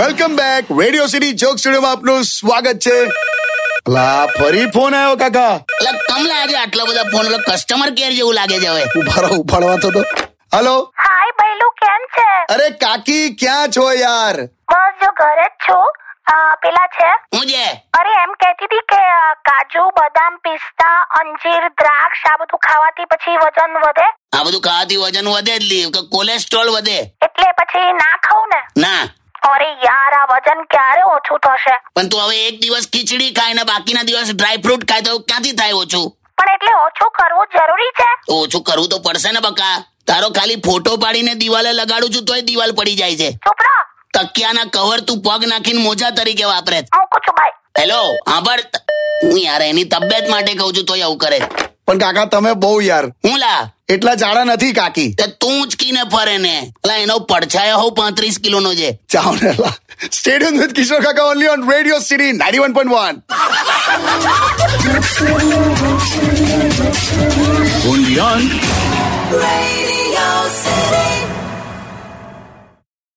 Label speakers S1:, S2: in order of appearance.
S1: Welcome back radio city joke studio માં આપનું સ્વાગત છે લા ફરી ફોન આવ્યો કાકા
S2: એટલે કમલા આજે આટલા બધા ફોન કસ્ટમર કેર જેવું લાગે છે હવે
S1: ઉભા રહો ઉપાડવા તો તો હલો
S3: હાય ભૈલું કેમ છે
S1: અરે કાકી ક્યાં છો યાર
S3: બસ જો ઘરે જ છું અ, પેલા છે
S2: હું જે
S3: અરે એમ કહેતી હતી કે અ, કાજુ બદામ પિસ્તા અંજીર દ્રાક્ષ આ બધું ખાવાથી પછી વજન વધે
S2: આ બધું ખાવાથી વજન વધે જ લી કે કોલેસ્ટ્રોલ વધે
S3: એટલે પછી ના ખાઉં ને
S2: ના
S3: અરે યાર આ વજન ક્યારે ઓછું થશે
S2: પણ તું હવે એક દિવસ ખીચડી ખાય ને બાકીના દિવસ ડ્રાય ફ્રૂટ ખાય તો ક્યાંથી થાય ઓછું
S3: પણ એટલે ઓછું કરવું જરૂરી છે
S2: તો ઓછું કરવું તો પડશે ને બકા તારો ખાલી ફોટો પાડીને દિવાલે લગાડું છું તોય દિવાલ પડી જાય છે
S3: ચૂપ રહો
S2: તકિયાના કવર તું પગ નાખીને મોજા તરીકે વાપરે છે.
S3: મૂકું છું ભાઈ
S2: હેલો આંભળ હું યાર એની તબિયત માટે કહું છું તોય આવું કરે છે.
S1: પણ કાકા તમે બહુ યાર
S2: હું લા
S1: એટલા જાડા નથી કાકી
S2: તે તું ઉંચકીને ફરે ને અલા એનો પડછાયો હોઉં પાંત્રીસ કિલોનો છે
S1: ચાવનેલા સ્ટેડિયમ વિથ કિશોર કાકા only on radio city ninety one point one
S4: only on
S5: Radio